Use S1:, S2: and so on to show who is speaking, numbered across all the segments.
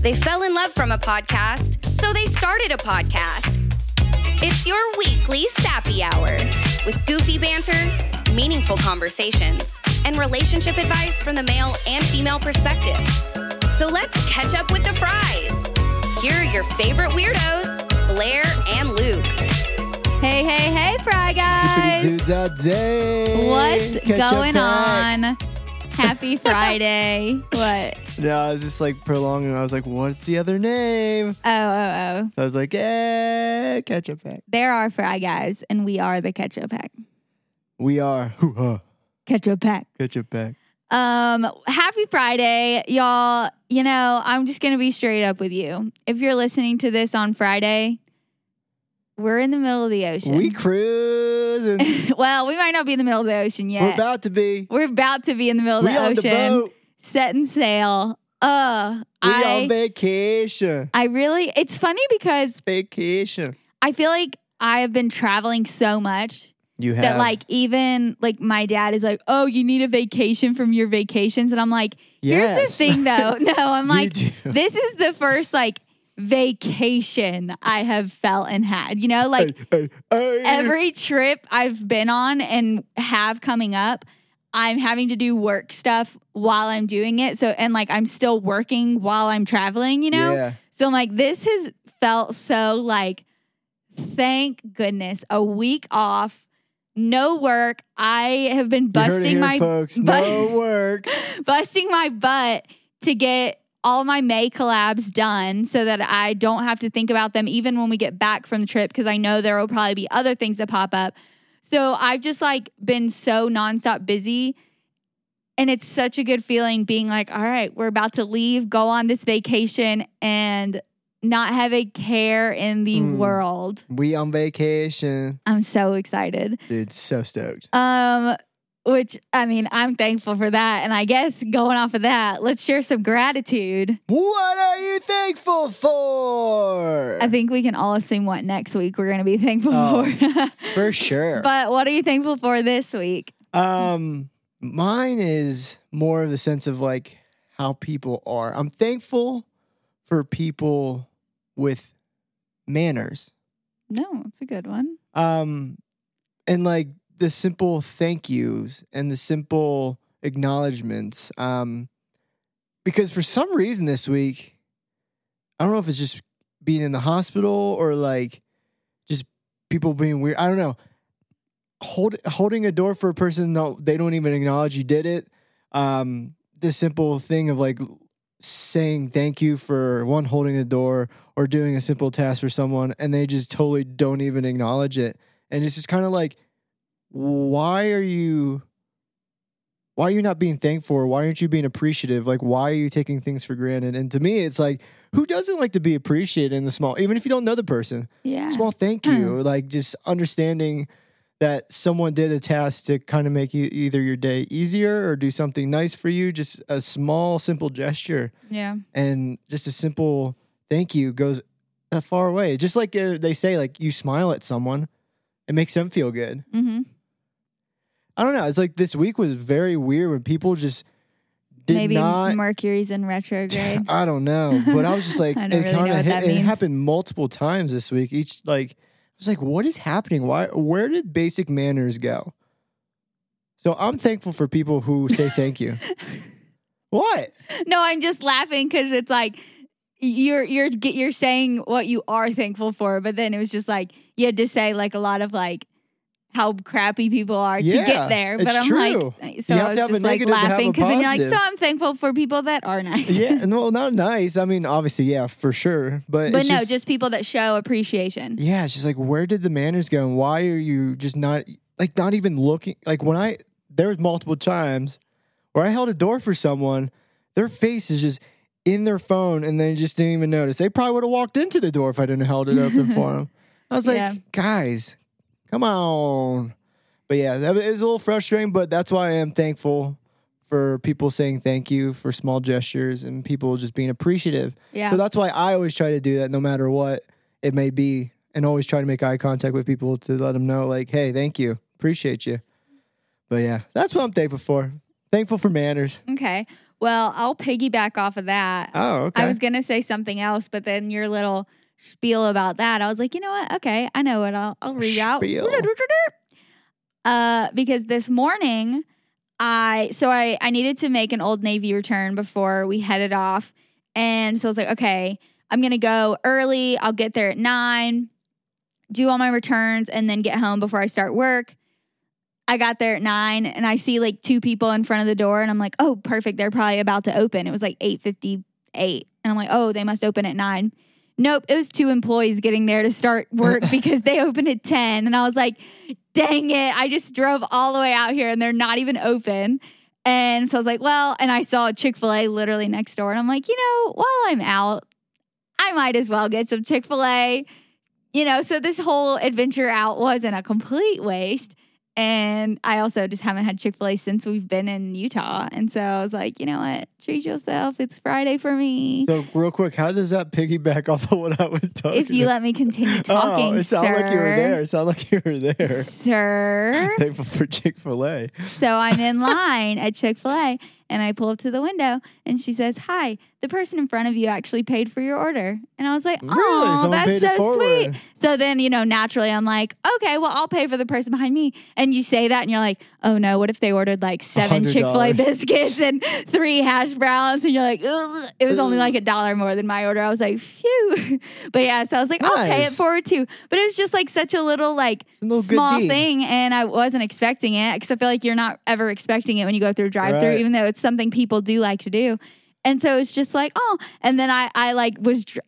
S1: They fell in love from a podcast, so they started a podcast. It's your weekly Sappy Hour with goofy banter, meaningful conversations, and relationship advice from the male and female perspective. So let's catch up with the fries. Here are your favorite weirdos, Blair and Luke.
S2: Hey, hey, hey, Fry Guys.
S3: Day.
S2: What's
S3: Catch up
S2: going
S3: back.
S2: on? Happy Friday. what?
S3: No, I was just like prolonging. I was like, what's the other name?
S2: Oh, oh, oh.
S3: So I was like, eh, ketchup pack.
S2: There are Fry Guys, and we are the Ketchup Pack.
S3: We are hoo-ha,
S2: Ketchup Pack.
S3: ketchup pack.
S2: Um, happy Friday, y'all. You know, I'm just gonna be straight up with you. If you're listening to this on Friday, we're in the middle of the ocean.
S3: We cruising.
S2: well, we might not be in the middle of the ocean yet.
S3: We're about to be.
S2: We're about to be in the middle of
S3: we
S2: the
S3: on the
S2: ocean,
S3: boat.
S2: setting sail. Uh,
S3: We
S2: I,
S3: on vacation.
S2: I really, it's funny because
S3: Vacation.
S2: I feel like I have been traveling so much
S3: You have
S2: that, like, even like my dad is like, "Oh, you need a vacation from your vacations," and I'm like, "Here's the
S3: Yes.
S2: thing, though." No, I'm
S3: You
S2: like,
S3: do.
S2: this is the first like vacation I have felt and had. You know, like
S3: Hey, hey, hey.
S2: every trip I've been on and have coming up, I'm having to do work stuff while I'm doing it. So, and like I'm still working while I'm traveling, you know?
S3: Yeah.
S2: So I'm like, this has felt so like, thank goodness, a week off, no work. I have been
S3: You heard it
S2: busting
S3: here,
S2: my
S3: folks.
S2: bu-
S3: no work.
S2: busting my butt to get all my May collabs done so that I don't have to think about them even when we get back from the trip because I know there will probably be other things that pop up. So I've just like been so nonstop busy. And it's such a good feeling being like, all right, we're about to leave, go on this vacation and not have a care in the
S3: Mm.
S2: world.
S3: We on vacation.
S2: I'm so excited.
S3: Dude, so stoked.
S2: Um, which I mean, I'm thankful for that. And I guess going off of that, let's share some gratitude.
S3: What are you thankful for?
S2: I think we can all assume what next week we're going to be thankful
S3: Oh,
S2: for.
S3: for sure.
S2: but what are you thankful for this week?
S3: Um, mine is more of the sense of like how people are. I'm thankful for people with manners.
S2: No, it's a good one.
S3: Um, and like the simple thank yous and the simple acknowledgments. Um, because for some reason this week, I don't know if it's just being in the hospital or like just people being weird. I don't know. Hold, holding a door for a person no, they don't even acknowledge you did it. Um, this simple thing of like saying thank you for one holding the door or doing a simple task for someone and they just totally don't even acknowledge it and it's just kind of like why are you why are you not being thankful or why aren't you being appreciative like why are you taking things for granted and to me it's like who doesn't like to be appreciated in the small even if you don't know the person
S2: Yeah.
S3: small thank you like just understanding that someone did a task to kind of make e- either your day easier or do something nice for you just a small simple gesture
S2: Yeah.
S3: and just a simple thank you goes a far away. Just like uh, they say, like you smile at someone, it makes them feel good.
S2: Mm-hmm.
S3: I don't know. It's like this week was very weird when people just did
S2: Maybe
S3: not.
S2: Mercury's in retrograde.
S3: I don't know, but I was just like,
S2: I
S3: it
S2: don't really know
S3: kind of
S2: what that
S3: hit, it
S2: means.
S3: happened multiple times this week. Each like, I was like, what is happening? Why? Where did basic manners go? So I'm thankful for people who say thank you. What?
S2: no, I'm just laughing because it's like you're you're get- you're saying what you are thankful for, but then it was just like you had to say like a lot of like how crappy people are to
S3: Yeah,
S2: get there. But
S3: it's
S2: I'm
S3: true.
S2: like, eh, so
S3: You have
S2: I
S3: to
S2: was
S3: have a
S2: just like
S3: negative to have a
S2: laughing because then you're like, so
S3: positive.
S2: I'm thankful for people that are nice.
S3: yeah, and well, not nice. I mean, obviously, yeah, for sure. But
S2: but
S3: it's
S2: no, just, people that show appreciation.
S3: yeah, it's just like where did the manners go, and why are you just not like not even looking? Like when I there was multiple times where I held a door for someone, their face is just in their phone, and they just didn't even notice. They probably would have walked into the door if I didn't held it open for them. I was like,
S2: Yeah.
S3: guys, come on. But yeah, that is a little frustrating, but that's why I am thankful for people saying thank you for small gestures and people just being appreciative.
S2: Yeah.
S3: So that's why I always try to do that no matter what it may be and always try to make eye contact with people to let them know like, "Hey, thank you. Appreciate you." But yeah, that's what I'm thankful for. Thankful for manners.
S2: Okay. Well, I'll piggyback off of that.
S3: Oh, okay.
S2: I was gonna say something else, but then your little spiel about that, I was like, you know what? Okay, I know it. I'll I'll read out.
S3: Spiel.
S2: Uh, because this morning, I so I I needed to make an old navy return before we headed off, and so I was like, okay, I'm gonna go early. I'll get there at nine, do all my returns, and then get home before I start work. I got there at nine, and I see like two people in front of the door, and I'm like, oh, perfect. They're probably about to open. It was like eight fifty eight, and I'm like, oh, they must open at nine. Nope, it was two employees getting there to start work because they opened at ten, and I was like, dang it, I just drove all the way out here, and they're not even open. And so I was like, well, and I saw Chick fil A literally next door. And I'm like, you know, while I'm out, I might as well get some Chick fil A. You know, so this whole adventure out wasn't a complete waste. And I also just haven't had Chick fil A since we've been in Utah. And so I was like, you know what? Treat yourself. It's Friday for me.
S3: so real quick, how does that piggyback off of what I was talking?
S2: if you
S3: about?
S2: let me continue
S3: oh,
S2: talking,
S3: it
S2: sir.
S3: sounded like you were there. It sounded like you were there.
S2: Sir.
S3: Thankful for Chick Fil A.
S2: So I'm in line at Chick fil A and I pull up to the window and she says, Hi, the person in front of you actually paid for your order. And I was like,
S3: Really?
S2: Oh,
S3: Someone
S2: that's
S3: paid it
S2: so
S3: forward."
S2: sweet. So then, you know, naturally I'm like, Okay, well, I'll pay for the person behind me. And you say that and you're like, Oh no, what if they ordered like seven
S3: $100.
S2: Chick fil A biscuits and three hash browns? And you're like, Ugh. It was only
S3: Ugh.
S2: like a dollar more than my order. I was like, Phew. But yeah, so I was like, I'll pay it
S3: Nice.
S2: forward too. But it was just like such a little like,
S3: a little good
S2: small
S3: deed.
S2: thing and I wasn't expecting it because I feel like you're not ever expecting it when you go through drive through
S3: Right.
S2: even though it's something people do like to do. And so it's just like, oh, and then I I like was dr-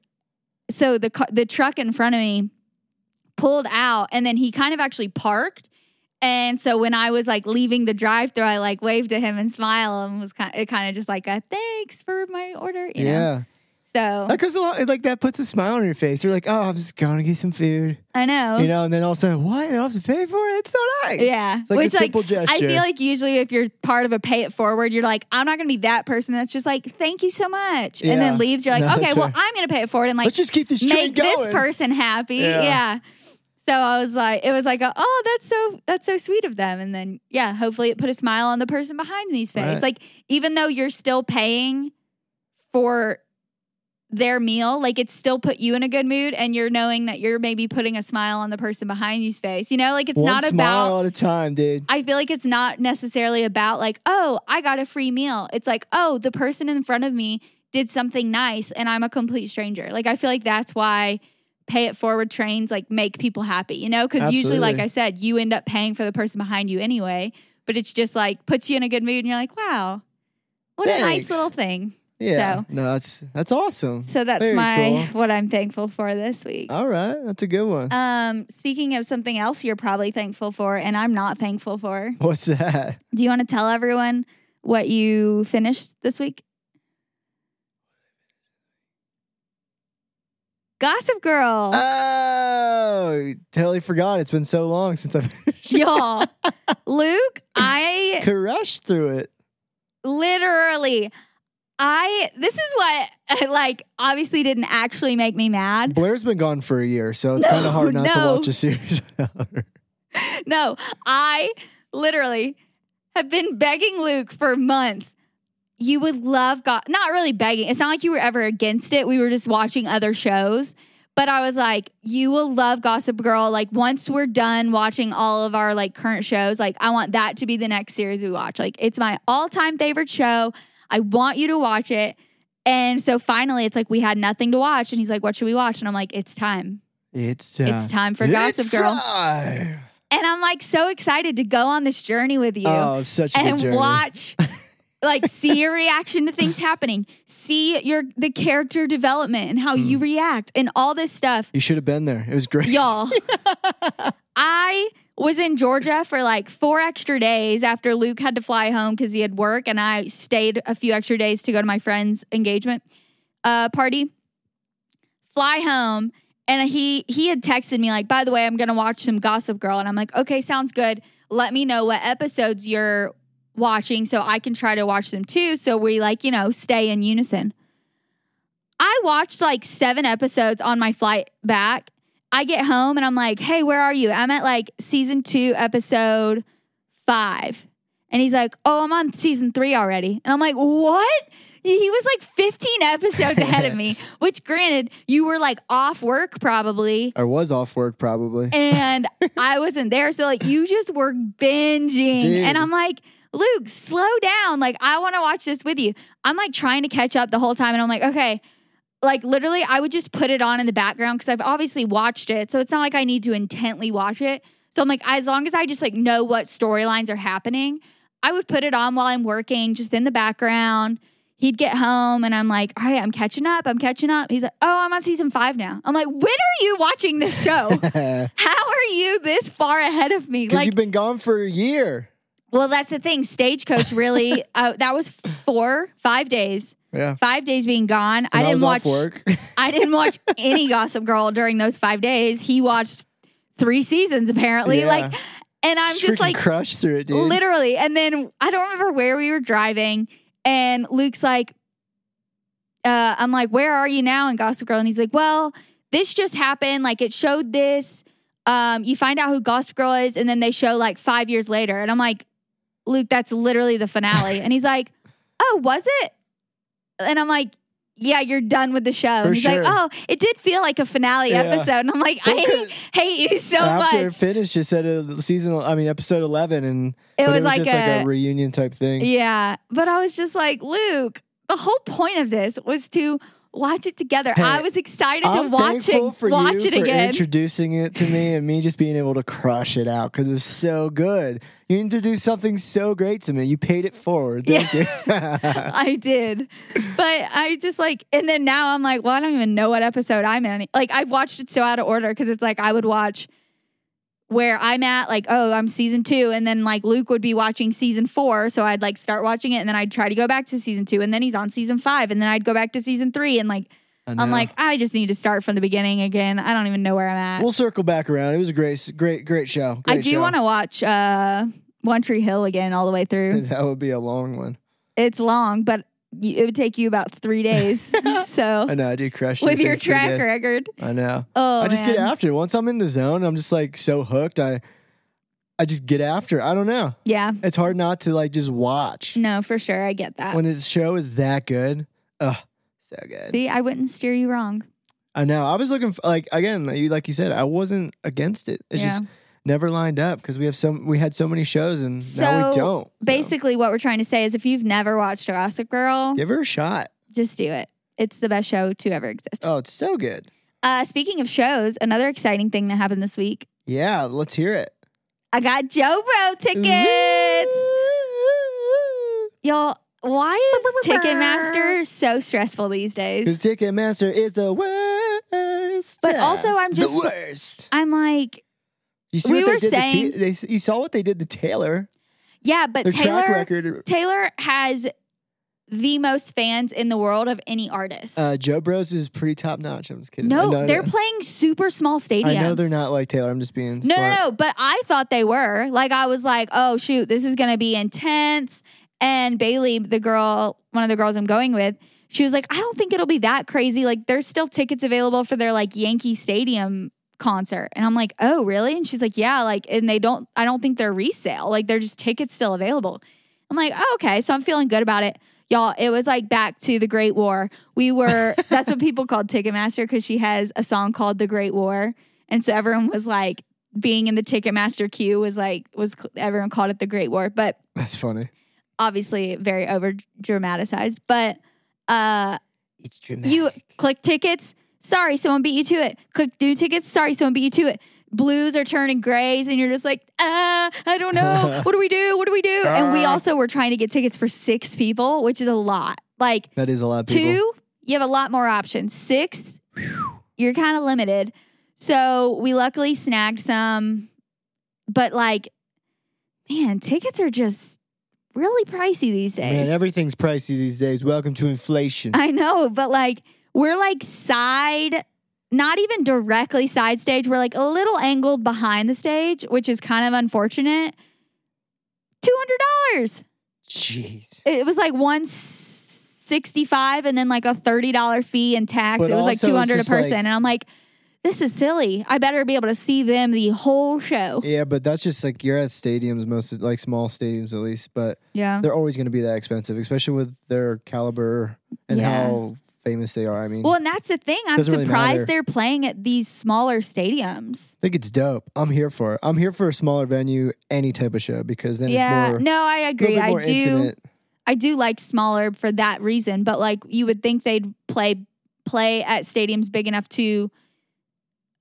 S2: so the ca- the truck in front of me pulled out and then he kind of actually parked and so when I was like leaving the drive through I like waved to him and smiled and was kind it kind of just like a thanks for my order, you know.
S3: yeah,
S2: So
S3: that goes along. Like that puts a smile on your face. You're like, oh, I'm just going to get some food,
S2: I know.
S3: you know. And then all of a sudden, what? I don't have to pay for it. It's so nice.
S2: Yeah.
S3: it's like
S2: Which,
S3: a
S2: like,
S3: simple gesture.
S2: I feel like usually if you're part of a pay it forward, you're like, I'm not going to be that person that's just like, thank you so much. And
S3: Yeah.
S2: then leaves. You're like,
S3: No,
S2: okay,
S3: that's
S2: well,
S3: right.
S2: I'm going to pay it forward and like
S3: let's just keep this train
S2: make
S3: going.
S2: this person happy.
S3: Yeah.
S2: Yeah. So I was like, it was like, a, oh, that's so, that's so sweet of them. And then, yeah, hopefully it put a smile on the person behind me's face.
S3: Right.
S2: Like, even though you're still paying for their meal, like it's still put you in a good mood and you're knowing that you're maybe putting a smile on the person behind you's face. You know, like it's
S3: One
S2: not about
S3: smile at a time, dude.
S2: I feel like it's not necessarily about like, oh, I got a free meal. It's like, oh, the person in front of me did something nice and I'm a complete stranger. Like I feel like that's why pay it forward trains like make people happy, you know? Cuz usually like
S3: Absolutely.
S2: I said, you end up paying for the person behind you anyway, but it's just like puts you in a good mood and you're like, wow. What a
S3: Thanks.
S2: nice little thing.
S3: Yeah,
S2: So-
S3: no, that's that's awesome.
S2: So that's
S3: Very Uh
S2: my what I'm thankful for this week.
S3: All right, that's a good one.
S2: Um speaking of something else you're probably thankful for and I'm not thankful for.
S3: What's that?
S2: Do you want to tell everyone what you finished this week? Gossip Girl.
S3: Uh, Oh, totally forgot. It's been so long since I've
S2: Y'all, Luke, I
S3: crushed through it.
S2: literally, I, this is what, like, obviously didn't actually make me mad.
S3: Blair's been gone for a year, so it's
S2: No,
S3: kind of hard not
S2: no.
S3: to watch a series without her.
S2: No, I literally have been begging Luke for months. You would love God, not really begging. It's not like you were ever against it. We were just watching other shows. But I was like, you will love Gossip Girl. Like, once we're done watching all of our like current shows, like, I want that to be the next series we watch. Like, it's my all time favorite show. I want you to watch it. And so finally, it's like we had nothing to watch. And he's like, what should we watch? And I'm like, it's time.
S3: It's time.
S2: It's time for Gossip
S3: It's
S2: Girl.
S3: time.
S2: And I'm like so excited to go on this journey with you
S3: Oh, such a good
S2: and
S3: journey.
S2: watch like see your reaction to things happening, see your the character development and how
S3: Mm.
S2: you react and all this stuff.
S3: You should have been there. It was great.
S2: Y'all, I was in Georgia for like four extra days after Luke had to fly home because he had work, and I stayed a few extra days to go to my friend's engagement uh, party. Fly home, and he he had texted me like, "By the way, I'm gonna watch some Gossip Girl," and I'm like, "Okay, sounds good. Let me know what episodes you're watching so I can try to watch them too." So we like you know stay in unison. I watched like seven episodes on my flight back. I get home and I'm like, hey, where are you? I'm at like season two, episode five. And he's like, "Oh, I'm on season three already." And I'm like, "What?" He was like 15 episodes ahead of me. Which, granted, you were like off work probably,
S3: I was off work probably.
S2: and I wasn't there. So like you just were binging.
S3: Dude.
S2: And I'm like, Luke, slow down. Like I want to watch this with you. I'm like trying to catch up the whole time and I'm like, okay. Like literally I would just put it on in the background cuz I've obviously watched it. So it's not like I need to intently watch it. So I'm like as long as I just like know what storylines are happening, I would put it on while I'm working just in the background. He'd get home and I'm like, all right, I'm catching up. I'm catching up. He's like, oh, I'm on season five now. I'm like, when are you watching this show?
S3: Because
S2: How are you this far ahead of me? Like,
S3: you've been gone for a year.
S2: well, that's the thing. Stagecoach really, uh, that was four, five days,
S3: Yeah.
S2: five days being gone. I
S3: When
S2: didn't
S3: was
S2: watch,
S3: off work.
S2: I didn't watch any Gossip Girl during those five days. He watched three seasons apparently.
S3: Yeah.
S2: Like, and I'm just
S3: freaking
S2: like,
S3: crushed through it, dude.
S2: Literally. And then I don't remember where we were driving, and Luke's like, uh, I'm like, where are you now? And Gossip Girl, and he's like, well, this just happened. Like it showed this. Um, you find out who Gossip Girl is, and then they show like five years later, and I'm like, Luke, that's literally the finale. and he's like, oh, was it? And I'm like. Yeah, you're done with the show.
S3: For
S2: and he's
S3: sure.
S2: like, "Oh, it did feel like a finale
S3: Yeah.
S2: episode." And I'm like, "I
S3: Well, 'cause
S2: hate, hate you so
S3: After
S2: much."
S3: it finished, it said a season. I mean, episode eleven, and
S2: It
S3: but
S2: was, like,
S3: just
S2: a,
S3: like a reunion type thing.
S2: Yeah. But I was just like, Luke, the whole point of this was to watch it together.
S3: Hey,
S2: I was excited
S3: I'm
S2: to watch
S3: thankful
S2: it
S3: for
S2: watch
S3: you
S2: it
S3: for
S2: again.
S3: introducing it to me and me just being able to crush it out because it was so good. You introduced something so great to me. You paid it forward. Thank you.
S2: I did. But I just like and then now I'm like, well, I don't even know what episode I'm in. Like I've watched it so out of order cuz it's like I would watch where I'm at like, oh, I'm season 2 and then like Luke would be watching season 4, so I'd like start watching it and then I'd try to go back to season 2 and then he's on season 5 and then I'd go back to season 3 and like
S3: I
S2: I'm
S3: know.
S2: like, I just need to start from the beginning again. I don't even know where I'm at.
S3: we'll circle back around. It was a great, great, great show.
S2: I
S3: Great
S2: do
S3: show.
S2: want to watch uh, One Tree Hill again all the way through.
S3: That would be a long one.
S2: it's long, but y it would take you about three days. so
S3: I know. I do crush it.
S2: with your
S3: Thanks, you did.
S2: track record,
S3: I know.
S2: oh,
S3: I just get
S2: man.
S3: after it. Once I'm in the zone, I'm just like so hooked. I, I just get after. it. I don't know.
S2: Yeah,
S3: It's hard not to like just watch
S2: no, for sure, I get that.
S3: when this show is that good. Ugh, so good.
S2: See, I wouldn't steer you wrong.
S3: I know. I was looking for, like again, like you like you said, I wasn't against it. It's
S2: Yeah.
S3: just never lined up because we have some we had so many shows and now we
S2: So,
S3: don't. So,
S2: Basically, what we're trying to say is, if you've never watched Gossip Girl,
S3: give her a shot.
S2: just do it. It's the best show to ever exist.
S3: Oh, it's so good.
S2: Uh, speaking of shows, another exciting thing that happened this week:
S3: Yeah, let's hear it.
S2: I got Joe Bro tickets. Y'all, why is Ticketmaster so stressful these
S3: Because
S2: days?
S3: Ticketmaster is the worst.
S2: But also, I'm just-
S3: the worst.
S2: I'm like,
S3: You see
S2: we
S3: what they
S2: were
S3: did
S2: saying-
S3: to Ta- they, s- you saw what they did to Taylor.
S2: yeah, but
S3: Their track
S2: Taylor
S3: record.
S2: Taylor has the most fans in the world of any artist.
S3: Uh, Joe Bros is pretty top notch. I'm just kidding.
S2: no,
S3: I know
S2: they're
S3: that-
S2: playing super small stadiums.
S3: I know they're not like Taylor. I'm just being
S2: No,
S3: smart.
S2: no, no. But I thought they were. Like I was like, oh shoot, this is gonna be intense. And Bailey, the girl, one of the girls I'm going with, she was like, I don't think it'll be that crazy. Like there's still tickets available for their like Yankee Stadium concert. And I'm like, oh really? And she's like, yeah. Like and they don't. I don't think they're resale. Like they're just tickets still available. I'm like, oh, okay. So I'm feeling good about it. Y'all, it was like back to the Great War. We were, that's what people called Ticketmaster because she has a song called The Great War. And so everyone was like, being in the Ticketmaster queue was like, was everyone called it the Great War, but
S3: That's funny.
S2: obviously very over dramatized. But uh,
S3: It's dramatic.
S2: you click tickets. Sorry, someone beat you to it. Click new tickets. Sorry, someone beat you to it. Blues are turning grays, and you're just like, ah, I don't know. what do we do? What do we do? and we
S3: Ah.
S2: also were trying to get tickets for six people, which is a lot. Like,
S3: That is a lot of people.
S2: Two, you have a lot more options. Six, you're kind of limited. So we luckily snagged some, but like, man, tickets are just really pricey these days.
S3: Man, everything's pricey these days. Welcome to inflation.
S2: I know, but like, we're like side, not even directly side stage. We're like a little angled behind the stage, which is kind of unfortunate. $200.
S3: Jeez.
S2: It was like one sixty five, and then like a thirty dollar fee and tax.
S3: But
S2: it was like
S3: also,
S2: two
S3: it's
S2: hundred a
S3: just like-
S2: person, and I'm like, this is silly. I better be able to see them the whole show.
S3: Yeah, but that's just like you're at stadiums, most of- like small stadiums at least, but
S2: Yeah.
S3: they're always going to be that expensive, especially with their caliber and
S2: Yeah.
S3: how famous they are. I mean,
S2: Well, and that's the thing. I'm
S3: Doesn't really
S2: surprised
S3: matter.
S2: they're playing at these smaller stadiums.
S3: I think it's dope. I'm here for it. I'm here for a smaller venue, any type of show, because then
S2: yeah.
S3: it's more,
S2: no, I agree.
S3: little bit
S2: I
S3: more
S2: do.
S3: intimate.
S2: I do like smaller for that reason, but like you would think they'd play play at stadiums big enough to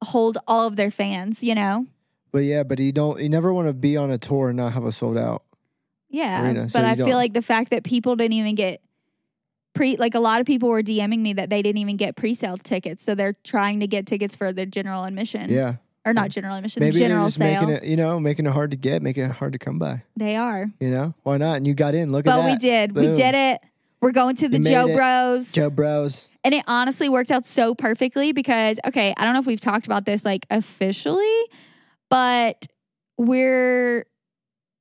S2: hold all of their fans, you know?
S3: But yeah, but you don't, you never want to be on a tour and not have a sold out.
S2: Yeah.
S3: Arena,
S2: but
S3: so you
S2: I
S3: don't-
S2: feel like the fact that people didn't even get pre like a lot of people were DMing me that they didn't even get pre-sale tickets, so they're trying to get tickets for the general admission.
S3: Yeah.
S2: Or not general admission,
S3: Maybe they're
S2: general
S3: just making
S2: sale.
S3: it, you know, making it hard to get, making it hard to come by,
S2: they are.
S3: you know? Why not? And you got in. Look at
S2: But
S3: that.
S2: we did. We
S3: Boom.
S2: did it. We're going to the
S3: made
S2: Joe
S3: it.
S2: Bros.
S3: Joe Bros.
S2: And it honestly worked out so perfectly because, okay, I don't know if we've talked about this like officially, but we're,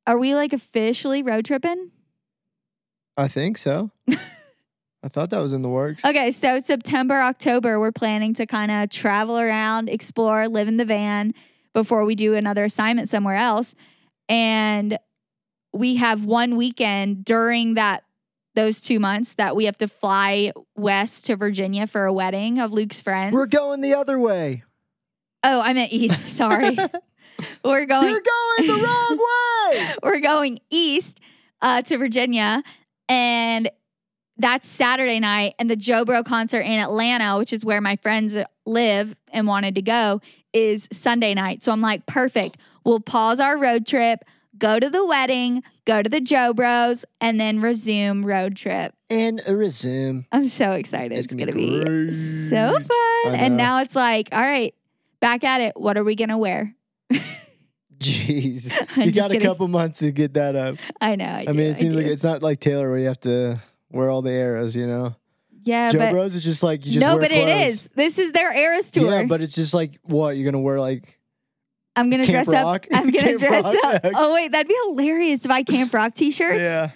S2: are we like officially road tripping?
S3: I think so. I thought that was in the works.
S2: Okay, so September, October, we're planning to kind of travel around, explore, live in the van before we do another assignment somewhere else. And we have one weekend during that those two months that we have to fly west to Virginia for a wedding of Luke's friends.
S3: We're going the other way.
S2: Oh, I meant east. Sorry. we're going
S3: You're going the wrong way.
S2: we're going east uh, to Virginia and that's Saturday night and the Joe Bro concert in Atlanta, which is where my friends live and wanted to go, is Sunday night. So I'm like, perfect. We'll pause our road trip, go to the wedding, go to the Joe Bros, and then resume road trip.
S3: And a resume.
S2: I'm so excited.
S3: It's
S2: It's,
S3: gonna
S2: gonna,
S3: be
S2: be,
S3: great.
S2: so
S3: I
S2: fun. And
S3: know.
S2: now it's like, all right, back at it. What are we gonna wear?
S3: Jeez.
S2: I'm
S3: you
S2: just
S3: got a
S2: kidding.
S3: couple months to get that up.
S2: I know. I,
S3: I
S2: do,
S3: mean, it seems like
S2: do.
S3: it's not like Taylor where you have to wear all the arrows, you know?
S2: yeah,
S3: Joe
S2: Uh, but
S3: Bros is just like, you just
S2: no,
S3: wear
S2: but
S3: clothes.
S2: it is. This is their Eras tour.
S3: Yeah, but it's just like, what? You're going to wear like,
S2: I'm gonna
S3: Camp
S2: dress up.
S3: Rock?
S2: I'm gonna
S3: Camp
S2: dress
S3: Rock
S2: up.
S3: X.
S2: Oh wait, that'd be hilarious if I Camp Rock t-shirts.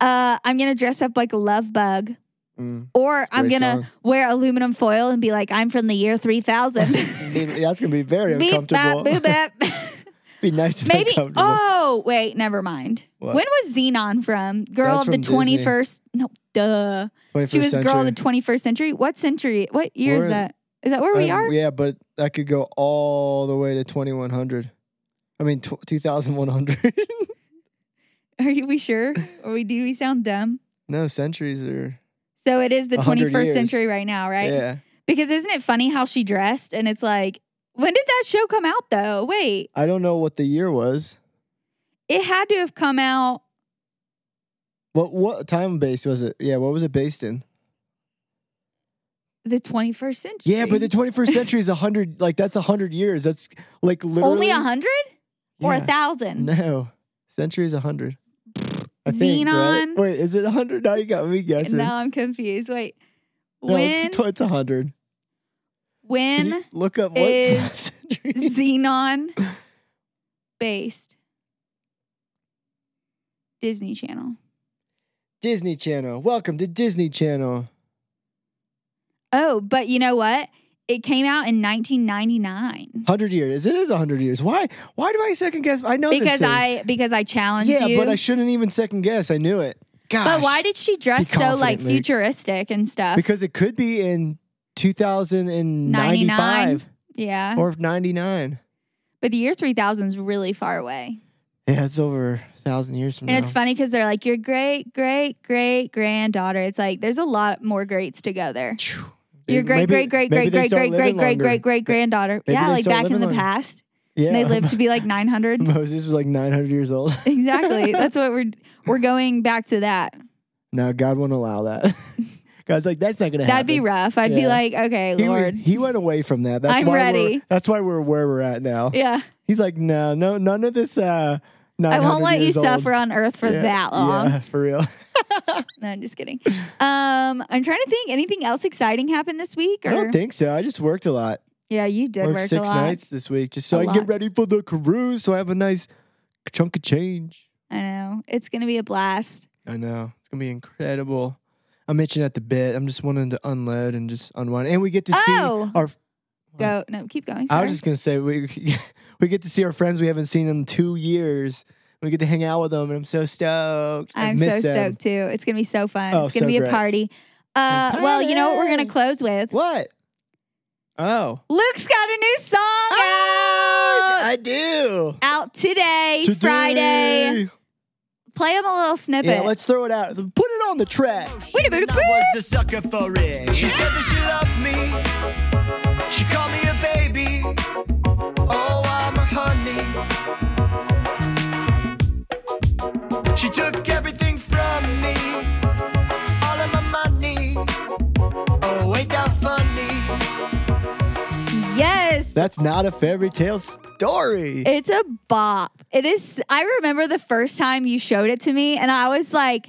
S2: Uh, I'm gonna dress up like a love bug,
S3: Mm.
S2: or
S3: a
S2: I'm
S3: great
S2: gonna
S3: song.
S2: wear aluminum foil and be like, I'm from the year 3000.
S3: That's going to be very
S2: Beep bop
S3: uncomfortable.
S2: boop bop.
S3: be nice and
S2: Maybe.
S3: uncomfortable.
S2: Oh wait, never mind.
S3: What?
S2: When was Xenon from? Girl
S3: That's
S2: of the
S3: from Disney.
S2: 21st. No, duh.
S3: 21st
S2: She was
S3: century.
S2: girl of the 21st century. What century? What year
S3: We're
S2: is
S3: in-
S2: that? Is that where we
S3: Um,
S2: are?
S3: Yeah, but that could go all the way to 2100. I mean, tw- 2100.
S2: Are you, we sure? Or we do we sound dumb?
S3: no, centuries are.
S2: So it is the
S3: 100
S2: 21st
S3: years.
S2: century right now, right?
S3: Yeah.
S2: Because isn't it funny how she dressed? And it's like, when did that show come out though? Wait,
S3: I don't know what the year was.
S2: it had to have come out.
S3: What what time base was it? Yeah, what was it based in?
S2: The 21st century.
S3: Yeah, but the 21st century is 100. Like, that's 100 years. That's like literally.
S2: only a hundred or a
S3: Yeah.
S2: thousand.
S3: No. Century is 100. I think, right?
S2: Xenon.
S3: Wait, is it 100? Now you got me guessing.
S2: Now I'm confused. Wait,
S3: No,
S2: when
S3: it's, tw- it's 100. Can you
S2: when
S3: Look up what
S2: is
S3: century.
S2: Xenon based Disney Channel.
S3: Disney Channel. Welcome to Disney Channel.
S2: Oh, but you know what? It came out in 1999
S3: 100 years. It is 100 years. Why Why do I second guess? I know this
S2: because
S3: thing.
S2: I because I challenged
S3: Yeah,
S2: you.
S3: but I shouldn't even second guess. I knew it. Gosh.
S2: But why did she dress so
S3: confident,
S2: like
S3: Luke.
S2: futuristic and stuff?
S3: Because it could be in 2095
S2: yeah,
S3: or 99.
S2: but the year 3000 is really far away.
S3: Yeah, it's over a thousand years from
S2: And
S3: now.
S2: it's funny because they're like your great great great granddaughter. It's like there's a lot more greats to go there.
S3: Phew.
S2: Your great
S3: Maybe-
S2: great great
S3: maybe
S2: great
S3: they
S2: great
S3: start
S2: great great
S3: living
S2: great great
S3: longer.
S2: great granddaughter.
S3: Maybe
S2: Yeah,
S3: they
S2: like
S3: start
S2: back in the
S3: living longer.
S2: past,
S3: Yeah.
S2: they lived to be like 900.
S3: Moses was like 900 years old.
S2: exactly. That's what we're we're going back to that.
S3: No, God won't allow that. God's like, that's not going to happen.
S2: That'd be rough. I'd be
S3: Yeah.
S2: like, okay,
S3: He,
S2: Lord.
S3: he went away from that. That's
S2: I'm
S3: why
S2: ready.
S3: We're, that's why we're where we're at now.
S2: yeah,
S3: He's like, no, no, none of this. Uh,
S2: I won't
S3: 900
S2: let you
S3: years old."
S2: suffer on earth for
S3: Yeah,
S2: that long.
S3: Yeah, for real.
S2: No, I'm just kidding. Um, I'm trying to think. Anything else exciting happened this week? Or
S3: I don't think so. I just worked a lot.
S2: yeah, you did
S3: Worked
S2: work
S3: six
S2: a lot.
S3: nights this week just so
S2: A
S3: I can get
S2: lot.
S3: ready for the cruise. So I have a nice chunk of change.
S2: I know it's gonna be a blast.
S3: I know it's gonna be incredible. I'm itching at the bit. I'm just wanting to unload and just unwind, and we get to
S2: Oh!
S3: see our.
S2: Go no, keep going.
S3: I
S2: Sorry.
S3: was just gonna say we we get to see our friends we haven't seen in two years. We get to hang out with them, and I'm so stoked. I
S2: I'm so
S3: miss them.
S2: stoked too. It's gonna be so fun.
S3: Oh,
S2: it's gonna
S3: so
S2: be a
S3: great.
S2: party. Uh,
S3: A
S2: well, you know what we're gonna
S3: party.
S2: close with?
S3: What? Oh,
S2: Luke's got a new song out.
S3: I do.
S2: out today, Friday.
S3: Today.
S2: Play him a little snippet.
S3: Yeah, let's throw it out. Put it on the track.
S2: Wait a minute.
S4: And I was the sucker for it. She said that she loved me. She called me a baby. Oh, I'm a honey. She took everything from me. All of my money. Oh, ain't that funny?
S2: Yes.
S3: That's not a fairy tale story.
S2: It's a bop. It is. I remember the first time you showed it to me, and I was like,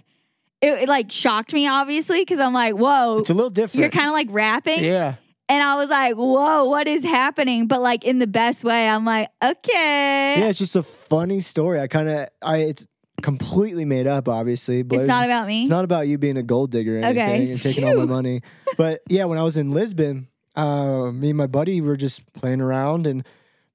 S2: it, it, like shocked me, obviously, because I'm like, whoa,
S3: It's a little different.
S2: you're kind of like rapping,
S3: yeah.
S2: and I was like, whoa, what is happening? But like in the best way. I'm like, okay,
S3: Yeah, it's just a funny story. I kind of, I it's completely made up, obviously. But
S2: it's
S3: it was-
S2: not about me.
S3: It's not about you being a gold digger or
S2: Okay.
S3: anything and taking all
S2: Phew.
S3: my money. But yeah, when I was in Lisbon, uh, me and my buddy were just playing around and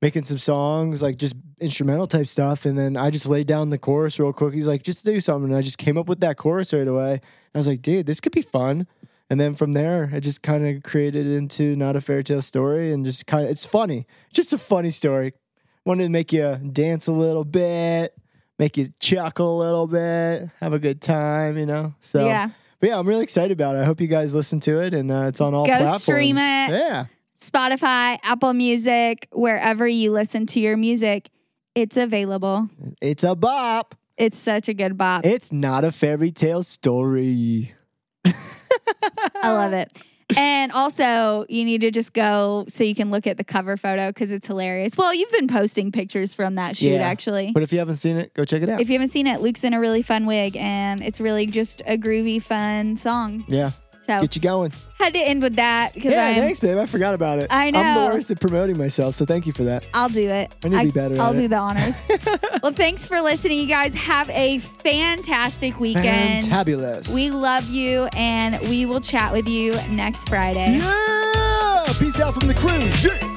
S3: making some songs, like just instrumental type stuff. And then I just laid down the chorus real quick. He's like, just do something. And I just came up with that chorus right away. And I was like, dude, this could be fun. And then from there, it just kind of created into not a fairy tale story and just kind of, it's funny. Just a funny story. Wanted to make you dance a little bit, make you chuckle a little bit, have a good time, you know? So,
S2: Yeah.
S3: But yeah, I'm really excited about it. I hope you guys listen to it and uh, it's on all
S2: Go
S3: platforms.
S2: stream it.
S3: Yeah.
S2: Spotify, Apple Music, wherever you listen to your music, it's available.
S3: It's a bop.
S2: It's such a good bop.
S3: It's not a fairy tale story.
S2: I love it. And also, you need to just go so you can look at the cover photo because it's hilarious. Well, you've been posting pictures from that shoot,
S3: Yeah.
S2: actually.
S3: But if you haven't seen it, go check it out.
S2: If you haven't seen it, Luke's in a really fun wig, and it's really just a groovy, fun song.
S3: yeah.
S2: So
S3: Get you going.
S2: had to end with that because
S3: Yeah,
S2: I'm.
S3: thanks, babe. I forgot about it.
S2: I
S3: I'm
S2: know.
S3: the worst at promoting myself, so thank you for that.
S2: I'll do it.
S3: I need to be better
S2: I'll
S3: at
S2: do
S3: it.
S2: the honors. well, thanks for listening, you guys. Have a fantastic weekend.
S3: Fantabulous.
S2: We love you, and we will chat with you next Friday.
S3: yeah. Peace out from the cruise. Yeah.